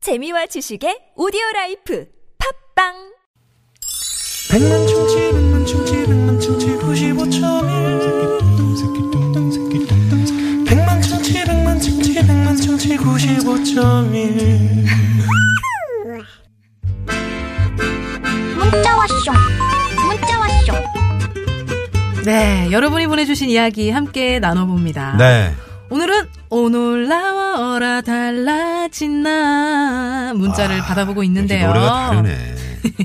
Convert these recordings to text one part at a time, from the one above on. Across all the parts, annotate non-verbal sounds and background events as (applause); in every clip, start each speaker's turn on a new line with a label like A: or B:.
A: 재미와 지식의 오디오 라이프 팝빵
B: 백만 충치 백만 충치 백만 충치 95.1 백만 충치 백만 충치 백만 충치 95.1
C: 문자 왔쇼 문자 왔쇼
D: 네, 여러분이 보내주신 이야기 함께 나눠봅니다.
E: 네.
D: 오늘은 오늘 나와라 달라진 나 문자를 받아보고
E: 역시
D: 있는데요.
E: 노래가 다르네.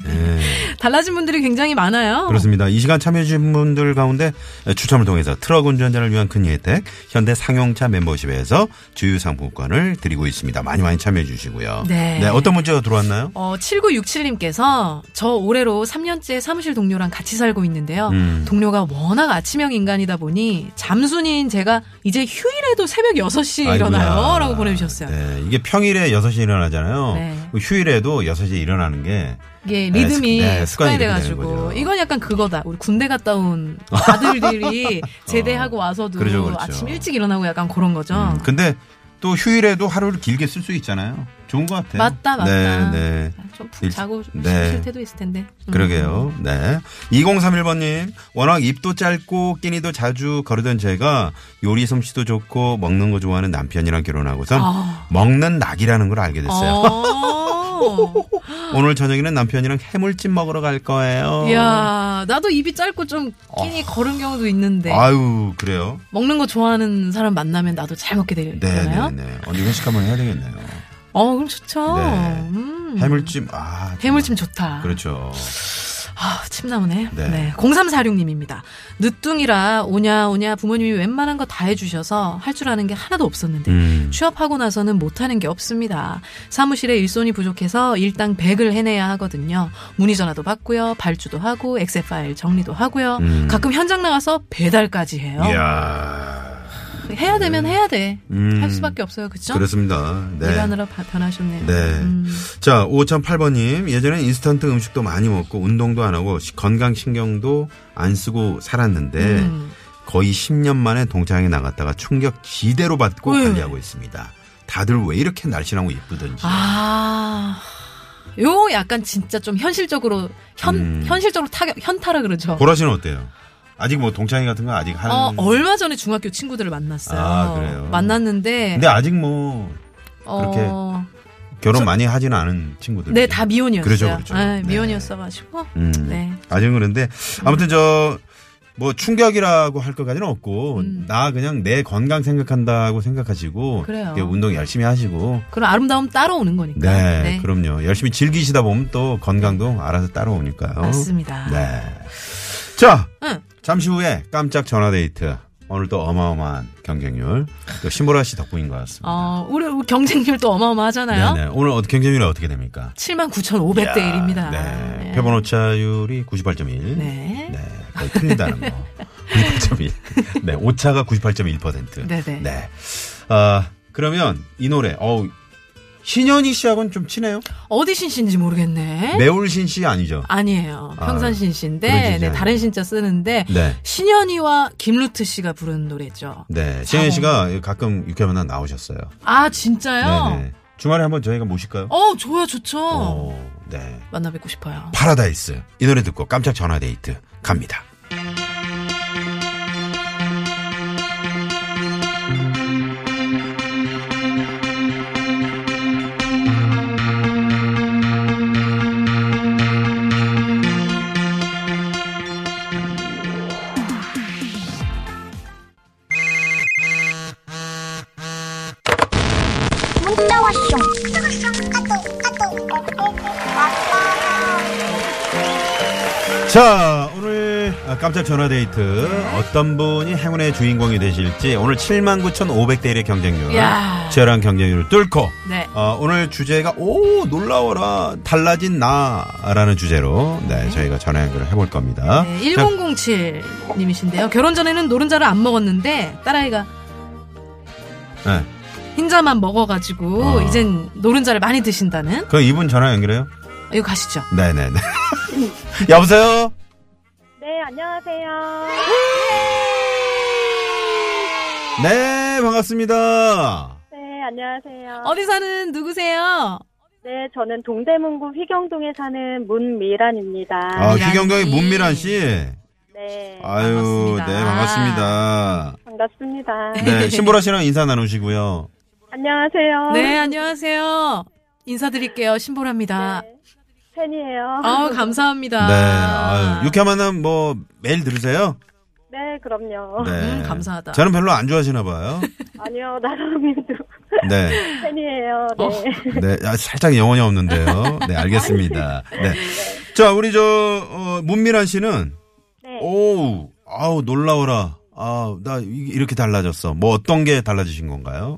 E: 예.
D: 달라진 분들이 굉장히 많아요.
E: 그렇습니다. 이 시간 참여해주신 분들 가운데 추첨을 통해서 트럭 운전자를 위한 큰 혜택, 현대 상용차 멤버십에서 주유상품권을 드리고 있습니다. 많이 많이 참여해주시고요.
D: 네.
E: 어떤 문제가 들어왔나요?
D: 어, 7967님께서 저 올해로 3년째 사무실 동료랑 같이 살고 있는데요.
E: 음.
D: 동료가 워낙 아침형 인간이다 보니 잠순인 제가 이제 휴일에도 새벽 6시에 일어나요.
E: 아이고야.
D: 라고 보내주셨어요.
E: 네. 이게 평일에 6시에 일어나잖아요. 그
D: 네.
E: 휴일에도 6시에 일어나는 게
D: 이게
E: 네,
D: 예, 리듬이
E: 습- 네, 습관이
D: 습관이
E: 이렇게 되는
D: 돼가지고
E: 거죠.
D: 이건 약간 그거다. 우리 군대 갔다
E: (laughs)
D: 온 아들들이 제대하고 와서도
E: 그렇죠, 그렇죠.
D: 아침 일찍 일어나고 약간 그런 거죠.
E: 음, 근데 또 휴일에도 하루를 길게 쓸 수 있잖아요. 좋은 것 같아요.
D: 맞다, 맞다.
E: 네, 네.
D: 아, 좀 푹
E: 일-
D: 자고
E: 네.
D: 쉴 때도 있을 텐데. 음.
E: 그러게요. 네. 2031번님, 워낙 입도 짧고 끼니도 자주 거르던 제가 요리 솜씨도 좋고 먹는 거 좋아하는 남편이랑 결혼하고서
D: 아.
E: 먹는 낙이라는 걸 알게 됐어요. (laughs)
D: 어.
E: 오늘 저녁에는 남편이랑 해물찜 먹으러 갈 거예요.
D: 이야, 나도 입이 짧고 좀 끼니 걸은 경우도 있는데
E: 어. 아유, 그래요?
D: 먹는 거 좋아하는 사람 만나면 나도 잘 먹게
E: 네,
D: 되잖아요.
E: 네, 네. 언니 회식 한번 해야 되겠네요.
D: 어, 그럼 좋죠.
E: 네.
D: 음.
E: 해물찜, 아. 정말.
D: 해물찜 좋다.
E: 그렇죠.
D: 아, 침 나오네.
E: 네.
D: 네. 0346님입니다. 늦둥이라 오냐 오냐 부모님이 웬만한 거 다 해주셔서 할 줄 아는 게 하나도 없었는데
E: 음.
D: 취업하고 나서는 못하는 게 없습니다. 사무실에 일손이 부족해서 일당 100을 해내야 하거든요. 문의 전화도 받고요. 발주도 하고 엑셀 파일 정리도 하고요.
E: 음.
D: 가끔 현장 나가서 배달까지 해요.
E: 이야.
D: 해야 되면 해야 돼.
E: 음.
D: 할 수밖에 없어요. 그쵸?
E: 그렇습니다. 네.
D: 일하느라 바- 변하셨네요.
E: 네.
D: 음.
E: 자, 5008번님. 예전엔 인스턴트 음식도 많이 먹고 운동도 안 하고 시- 건강신경도 안 쓰고 살았는데
D: 음.
E: 거의 10년 만에 동창회 나갔다가 충격 지대로 받고
D: 왜?
E: 관리하고 있습니다. 다들 왜 이렇게 날씬하고 예쁘든지.
D: 아, 요 약간 진짜 좀 현실적으로 현
E: 음.
D: 현실적으로 타격 현타라 그러죠.
E: 보라 씨는 어때요? 아직 뭐 동창회 같은 거 아직 하는.
D: 어, 얼마 전에 중학교 친구들을 만났어요.
E: 아, 그래요?
D: 만났는데
E: 근데 아직 뭐 그렇게
D: 어,
E: 결혼 많이 하지는 않은 친구들.
D: 네, 다 미혼이었어요.
E: 그렇죠, 그렇죠.
D: 네,
E: 네.
D: 미혼이었어 가지고.
E: 음.
D: 네.
E: 아직은 그런데 아무튼 저. 뭐 충격이라고 할 것까지는 없고
D: 음.
E: 나 그냥 내 건강 생각한다고 생각하시고
D: 그래요.
E: 이렇게 운동 열심히 하시고
D: 그런 아름다움 따라오는 거니까.
E: 네, 그럼요 열심히 즐기시다 보면 또 건강도 알아서 따라오니까요
D: 음. 맞습니다.
E: 네. 자
D: 응.
E: 잠시 후에 깜짝 전화데이트 오늘 또 어마어마한 경쟁률 또 신보라 씨 덕분인 것 같습니다
D: 어, 우리 우리 경쟁률도 어마어마하잖아요.
E: 네네. 오늘 어- 경쟁률이 어떻게 됩니까
D: 79,500대 1입니다.
E: 네, 표본 오차율이 98.1
D: 네.
E: 네, 거의 틀린다는 거. 98.1. 네, 오차가 98.1%.
D: 네네.
E: 네. 아, 그러면 이 노래, 어우, 신현희 씨하고는 좀 친해요?
D: 어디 신신지 모르겠네.
E: 매울신 씨 아니죠?
D: 아니에요.
E: 아,
D: 평산신
E: 그런
D: 씨인데
E: 신씨
D: 네,
E: 아니에요?
D: 다른 신자 쓰는데
E: 네.
D: 신현이와 김루트 씨가 부른 노래죠.
E: 네. 신현희 씨가 가끔 유쾌한 만남 나오셨어요.
D: 아 진짜요?
E: 네네. 주말에 한번 저희가 모실까요?
D: 어 좋아 좋죠.
E: 어, 네.
D: 만나 뵙고 싶어요.
E: 파라다이스. 이 노래 듣고 깜짝 전화데이트 갑니다.
C: 문자 왔쇼 까똑 까똑
E: 자, 오늘 아, 깜짝 전화데이트. 어떤 분이 행운의 주인공이 되실지 오늘 79,500대 1의 경쟁률.
D: 야.
E: 치열한 경쟁률을 뚫고
D: 네.
E: 어, 오늘 주제가 오 놀라워라 달라진 나라는 주제로 네, 저희가 전화 연결을 해볼 겁니다.
D: 네,
E: 자,
D: 1007님이신데요. 결혼 전에는 노른자를 안 먹었는데 딸아이가
E: 네.
D: 흰자만 먹어가지고
E: 어.
D: 이젠 노른자를 많이 드신다는
E: 그럼 이분 전화 연결해요?
D: 이거 가시죠.
E: 네네네. (laughs) 여보세요.
F: 네, 안녕하세요.
E: 네 반갑습니다. 아,
F: 네, 안녕하세요.
D: 어? 어디 사는 누구세요?
F: 네, 저는 동대문구 휘경동에 사는 문미란입니다.
E: 아,
D: 미란
E: 휘경경의
D: 씨.
E: 문미란 씨.
F: 네,
E: 아유,
D: 반갑습니다.
E: 네, 반갑습니다.
F: 반갑습니다.
D: (laughs)
E: 네, 신보라 씨랑 인사 나누시고요.
F: 안녕하세요.
D: 네, 안녕하세요. 인사드릴게요. 신보라입니다.
F: 팬이에요.
D: 아, 감사합니다.
E: 네, 아유, 유쾌한 만남 뭐 매일 들으세요?
F: 네, 그럼요.
E: 네.
D: 음, 감사하다.
E: 저는 별로 안 좋아하시나 봐요.
F: 아니요, 나라님도 (laughs)
E: 네.
F: 팬이에요. 네.
D: 어.
E: 네. 아, 살짝 영혼이 없는데요. 네, 알겠습니다. 네. 자, 우리 저, 어, 문미란 씨는,
F: 네.
E: 어? 오우, 아우, 놀라워라. 아, 나 이- 이렇게 달라졌어. 뭐 어떤 게 달라지신 건가요?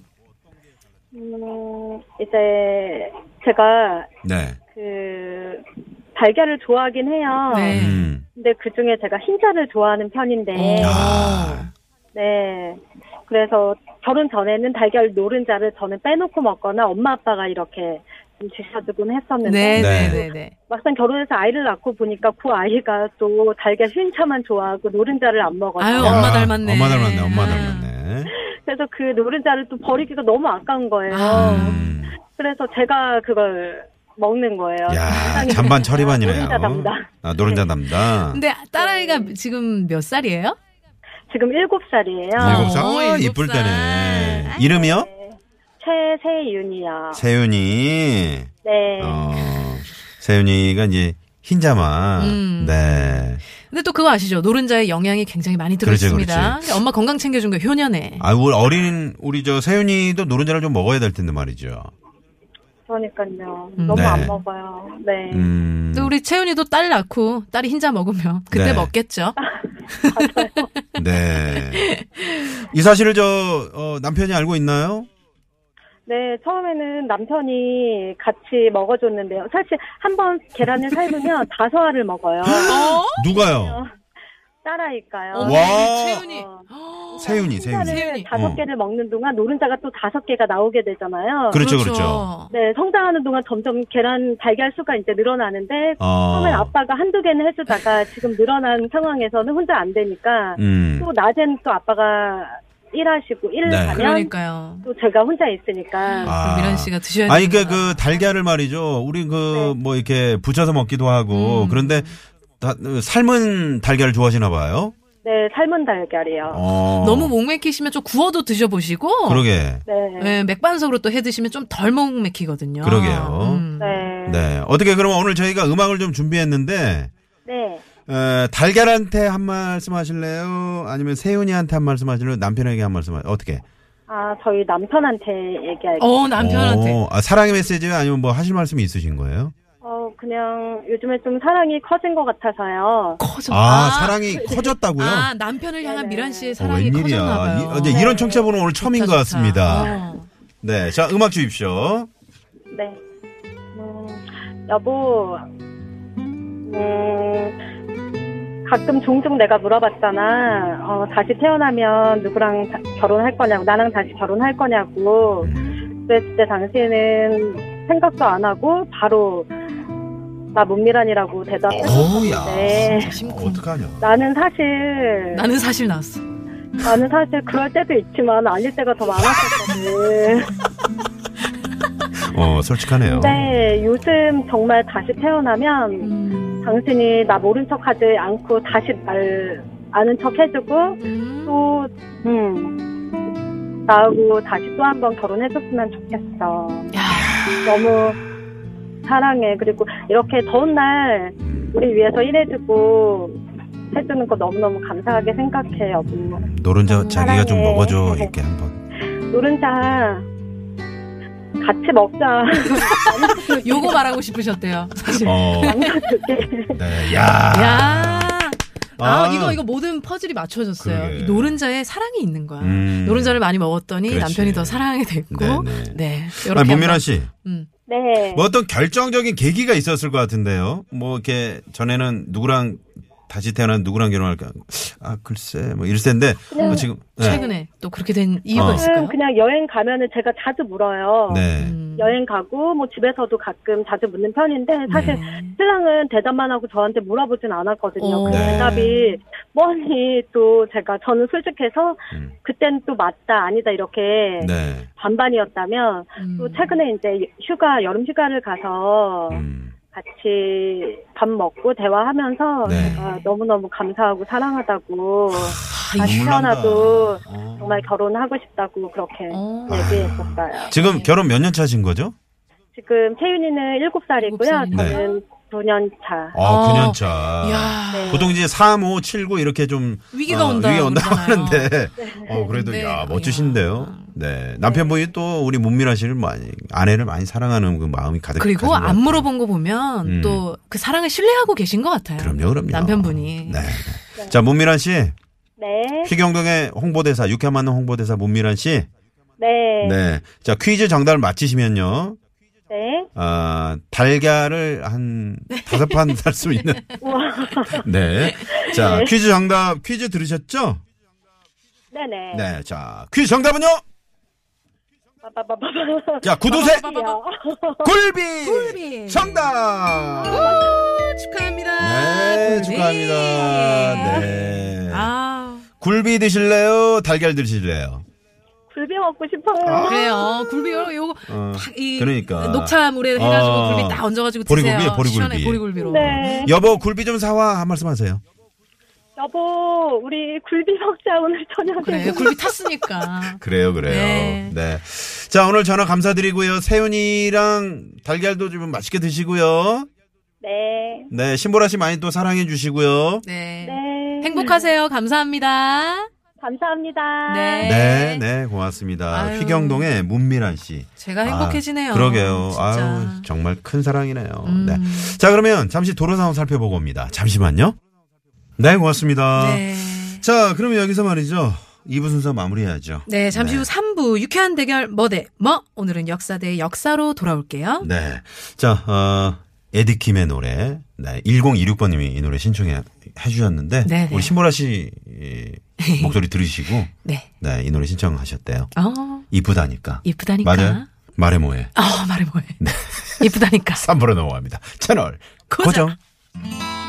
F: 음, 이제 제가
E: 네.
F: 그 달걀을 좋아하긴 해요.
D: 네.
E: 음.
F: 근데 그 중에 제가 흰자를 좋아하는 편인데,
E: 어.
D: 오.
E: 야.
F: 네. 그래서 결혼 전에는 달걀 노른자를 저는 빼놓고 먹거나 엄마 아빠가 이렇게 좀 주셔주곤 했었는데
D: 네,
E: 네.
D: 네, 네, 네.
F: 막상 결혼해서 아이를 낳고 보니까 그 아이가 또 달걀 흰자만 좋아하고 노른자를 안
D: 아유,
F: 먹어요.
D: 엄마
E: 야,
D: 닮았네.
E: 엄마 닮았네. 엄마
D: 아.
E: 닮았네.
F: 그래서 그 노른자를 또 버리기가 너무 아까운 거예요.
D: 아.
E: 음.
F: 그래서 제가 그걸 먹는 거예요.
E: 야,
F: 세상에.
E: 잔반 처리반이네요.
F: 노른자 담당.
E: 아, 노른자 담당.
D: 근데 딸아이가 지금 몇 살이에요?
F: 지금 7살이에요.
E: 일곱 살.
D: 어,
E: 아,
D: 일곱
E: 이쁠
D: 살.
E: 때네. 이름이요?
F: 최세윤이요.
E: 세윤이.
F: 네.
E: 어, 세윤이가 이제 흰자만.
D: 음.
E: 네.
D: 근데 또 그거 아시죠? 노른자의 영향이 굉장히 많이
E: 그렇죠, 그렇지,
D: 들어있습니다. 그러니까
E: 그렇지.
D: 엄마 건강 챙겨준 거 효녀네.
E: 아, 우리 어린, 우리 저 세윤이도 노른자를 좀 먹어야 될 텐데 말이죠.
F: 그러니까요.
D: 음.
F: 너무
E: 네.
F: 안 먹어요. 네.
E: 음.
D: 또 우리 채윤이도 딸 낳고 딸이 흰자 먹으면 그때
E: 네.
D: 먹겠죠.
E: 네. 이 사실을 저, 어, 남편이 알고 있나요?
F: 네, 처음에는 남편이 같이 먹어줬는데요. 사실 한 번 계란을
E: (laughs)
F: 삶으면 다섯 알을 먹어요.
D: 어?
E: 누가요?
F: 딸아이일까요?
D: 어머,
E: 와.
D: 채윤이.
F: 어.
E: 세윤이, 세윤이.
D: 세윤이.
F: 흰자를 다섯
E: 어.
F: 개를 먹는 동안 노른자가 또 다섯 개가 나오게 되잖아요.
E: 그렇죠, 그렇죠.
F: 네, 성장하는 동안 점점 계란 달걀 수가 이제 늘어나는데
E: 어.
F: 처음엔 아빠가 한두 개는 해주다가 지금 늘어난 상황에서는 혼자 안 되니까
E: 음.
F: 또 낮엔 또 아빠가 일하시고 일
E: 네.
F: 가면
D: 그러니까요.
F: 또 제가 혼자 있으니까
E: 아.
D: 아. 미란 씨가 드셔야 돼요.
E: 아니, 그니까 그 달걀을 말이죠. 우리 그, 뭐 이렇게 부쳐서 먹기도 하고.
D: 네. 음.
E: 그런데 다, 삶은 달걀을 좋아하시나 봐요?
F: 네 삶은 달걀이요.
E: 어.
D: 너무 뭐- 목맥히시면 좀 구워도 드셔보시고
E: 그러게.
F: 네.
D: 네, 맥반석으로 또 해 드시면 좀 덜 목맥히거든요. 음.
E: 그러게요.
F: 네.
E: 네. 어떻게 그러면 오늘 저희가 음악을 좀 준비했는데
F: 네.
E: 에, 달걀한테 한 말씀 하실래요? 아니면 세훈이한테 한 말씀 하실래요? 남편에게 한 말씀 하 어떻게?
F: 아, 저희 남편한테 얘기할게요.
D: 어 남편한테
E: 오, 아, 사랑의 메시지 아니면 뭐 하실 말씀이 있으신 거예요?
F: 어, 그냥 요즘에 좀 사랑이 커진 것 같아서요.
D: 커져.
E: 아, 사랑이 커졌다고요?
D: 아 남편을 향한
F: 네네.
D: 미란 씨의
E: 어,
D: 사랑이
E: 웬일이야.
D: 커졌나
E: 이,
D: 봐요.
E: 이제 이런 청취자분은 오늘 처음인
D: 좋다,
E: 것
D: 좋다.
E: 같습니다.
D: 어.
E: 네. 자, 음악 주십시오.
F: 네. 음, 여보, 음, 가끔 종종 내가 물어봤잖아. 어, 다시 태어나면 누구랑 다- 결혼할 거냐고, 나랑 다시 결혼할 거냐고.
E: 음,
F: 근데 진짜 당신은 생각도 안 하고 바로 나 문미란이라고
E: 어우야.
F: 대답했었는데
D: 심쿵.
E: 어떡하냐.
F: 나는 사실
D: 나는 사실 나왔어.
F: 나는 사실 그럴 때도 있지만 아닐 때가 더 많았었거든.
E: 어, 솔직하네요.
F: 근데 요즘 정말 다시 태어나면
D: 음.
F: 당신이 나 모른 척 하지 않고 다시 날 아는 척 해주고
D: 음.
F: 또, 음, 나하고 다시 또 한 번 결혼해줬으면 좋겠어.
D: 야,
F: 너무 사랑해. 그리고 이렇게 더운 날
E: 음,
F: 우리 위해서 일해주고 해주는 거 너무너무 감사하게 생각해, 여보.
E: 음, 노른자 자기가 좀
F: 사랑해.
E: 먹어줘. 이렇게 한번.
F: 노른자 같이
D: (laughs)
F: 먹자.
D: 요거 말하고 싶으셨대요. 사실.
E: 어. 네. 야.
D: 야. 아, 이거 이거 모든 퍼즐이 맞춰졌어요.
E: 그러게.
D: 이 노른자에 사랑이 있는 거야.
E: 음.
D: 노른자를 많이 먹었더니
E: 그렇지.
D: 남편이 더 사랑하게 됐고.
E: 네, 네.
D: 네.
E: 아니,
D: 이렇게
E: 문미란
D: 한번-
E: 씨.
D: 음.
F: 네.
E: 뭐 어떤 결정적인 계기가 있었을 것 같은데요. 뭐 이렇게 전에는 누구랑 다시 태어난 누구랑 결혼할까? 아, 글쎄, 뭐, 이럴 텐데, 어, 지금, 네.
D: 음. 최근에 또 그렇게 된 이유가
E: 어.
D: 있을까요?
F: 그냥 여행 가면은 제가 자주 물어요.
E: 네.
D: 음.
F: 아, 여행 가고 뭐 집에서도 가끔 자주 묻는
E: 네.
F: 편인데 사실
D: 네.
F: 신랑은 대답만 하고 저한테 물어보진 않았거든요.
D: 어.
F: 그
E: 네.
F: 대답이 뻔히 또 제가 저는 솔직해서
E: 음.
F: 그땐 또 맞다 아니다 이렇게
E: 네.
F: 반반이었다면
D: 음.
F: 또 최근에 이제 휴가 여름 휴가를 가서
E: 음.
F: 같이 밥 먹고 대화하면서
E: 네.
F: 제가 너무너무 감사하고 사랑하다고
E: 아,
F: 다시
E: 눈물 난다.
F: 태어나도
E: 어.
F: 정말 결혼하고 싶다고 그렇게
D: 어.
E: 아.
F: 얘기했었어요.
E: 지금 결혼 몇 년 차신 거죠?
F: 지금 태윤이는 7살이고요.
D: 일곱
E: 살이요?
F: 저는 9년 차.
E: 아,
D: 어.
E: 9년 차.
D: 이야.
F: 네.
E: 보통 이제 3, 5, 7, 9 이렇게 좀
D: 위기가
E: 어,
D: 온다.
E: 위기가 온다
D: 그러잖아요.
E: 하는데 어 그래도
D: 네.
E: 야 멋지신데요. 네 남편분이 또 우리 문미라 씨를 많이 아내를 많이 사랑하는 그 마음이 가득.
D: 그리고
E: 가진 것
D: 안
E: 같아요.
D: 물어본 거 보면
E: 음.
D: 또 그 사랑을 신뢰하고 계신 것 같아요.
E: 그럼요, 그럼요.
D: 남편분이.
E: 네. 자 문미란 씨,
F: 네.
E: 희경동의 홍보대사 유쾌한 만남 홍보대사 문미란 씨.
F: 네. 네.
E: 네. 자 퀴즈 정답을 맞히시면요. 아, 달걀을 한
D: 네.
E: 다섯 판 살 수
D: (laughs)
E: 있는. 네. 자, 퀴즈 정답, 퀴즈 들으셨죠?
F: 네네.
E: 네. 자, 퀴즈 정답은요?
F: 빠바바바바.
E: 자, 구두쇠!
F: 야.
E: 굴비!
D: 꿀비. 아,
E: 정답!
D: 오, 축하합니다.
E: 네,
D: 꿀비.
E: 축하합니다. 네.
D: 아,
E: 굴비 드실래요? 달걀 드실래요?
F: 굴비 먹고 싶어요.
D: 그래요. 굴비 요- 요거
E: 어,
D: 탁이
E: 그러니까.
D: 녹차물에 해가지고
E: 어.
D: 굴비 딱 얹어가지고
E: 보리굴비예요,
D: 드세요.
E: 보리굴비.
D: 시원해 보리굴비로.
F: 네.
E: 여보, 굴비 좀 사와. 한 말씀 하세요.
F: 여보, 우리 굴비 먹자, 오늘 저녁에.
D: 그래 굴비
F: (laughs)
D: 탔으니까.
E: 그래요, 그래요. 네.
D: 네.
E: 자, 오늘 전화 감사드리고요. 세윤이랑 달걀도 좀 맛있게 드시고요.
F: 네.
E: 네, 신보라 씨 많이 또 사랑해 주시고요.
D: 네.
F: 네.
D: 행복하세요. 감사합니다.
F: 감사합니다.
D: 네.
E: 네, 네, 고맙습니다.
D: 아유.
E: 휘경동의 문미란 씨.
D: 제가 행복해지네요.
E: 아, 그러게요.
D: 진짜.
E: 아유, 정말 큰 사랑이네요.
D: 음.
E: 네. 자, 그러면 잠시 도로 상황 살펴보고 옵니다. 잠시만요. 네, 고맙습니다.
D: 네.
E: 자, 그러면 여기서 말이죠. 2부 순서 마무리해야죠.
D: 네, 잠시 후 3부 유쾌한 대결 뭐대 뭐 오늘은 역사 대 역사로 돌아올게요.
E: 네. 자, 어, 에디킴의 노래. 네, 1026번님이 이 노래 신청해 주셨는데
D: 네, 네.
E: 우리 신보라 씨 이,
D: (laughs)
E: 목소리 들으시고
D: 네.
E: 네, 이 노래 신청하셨대요.
D: 어,
E: 이쁘다니까.
D: 이쁘다니까.
E: 맞아요. 네. 말해 뭐해. (laughs)
D: 어, 말해 뭐해. 이쁘다니까.
E: 3부로 넘어갑니다. 채널
D: 고정.
E: 고정.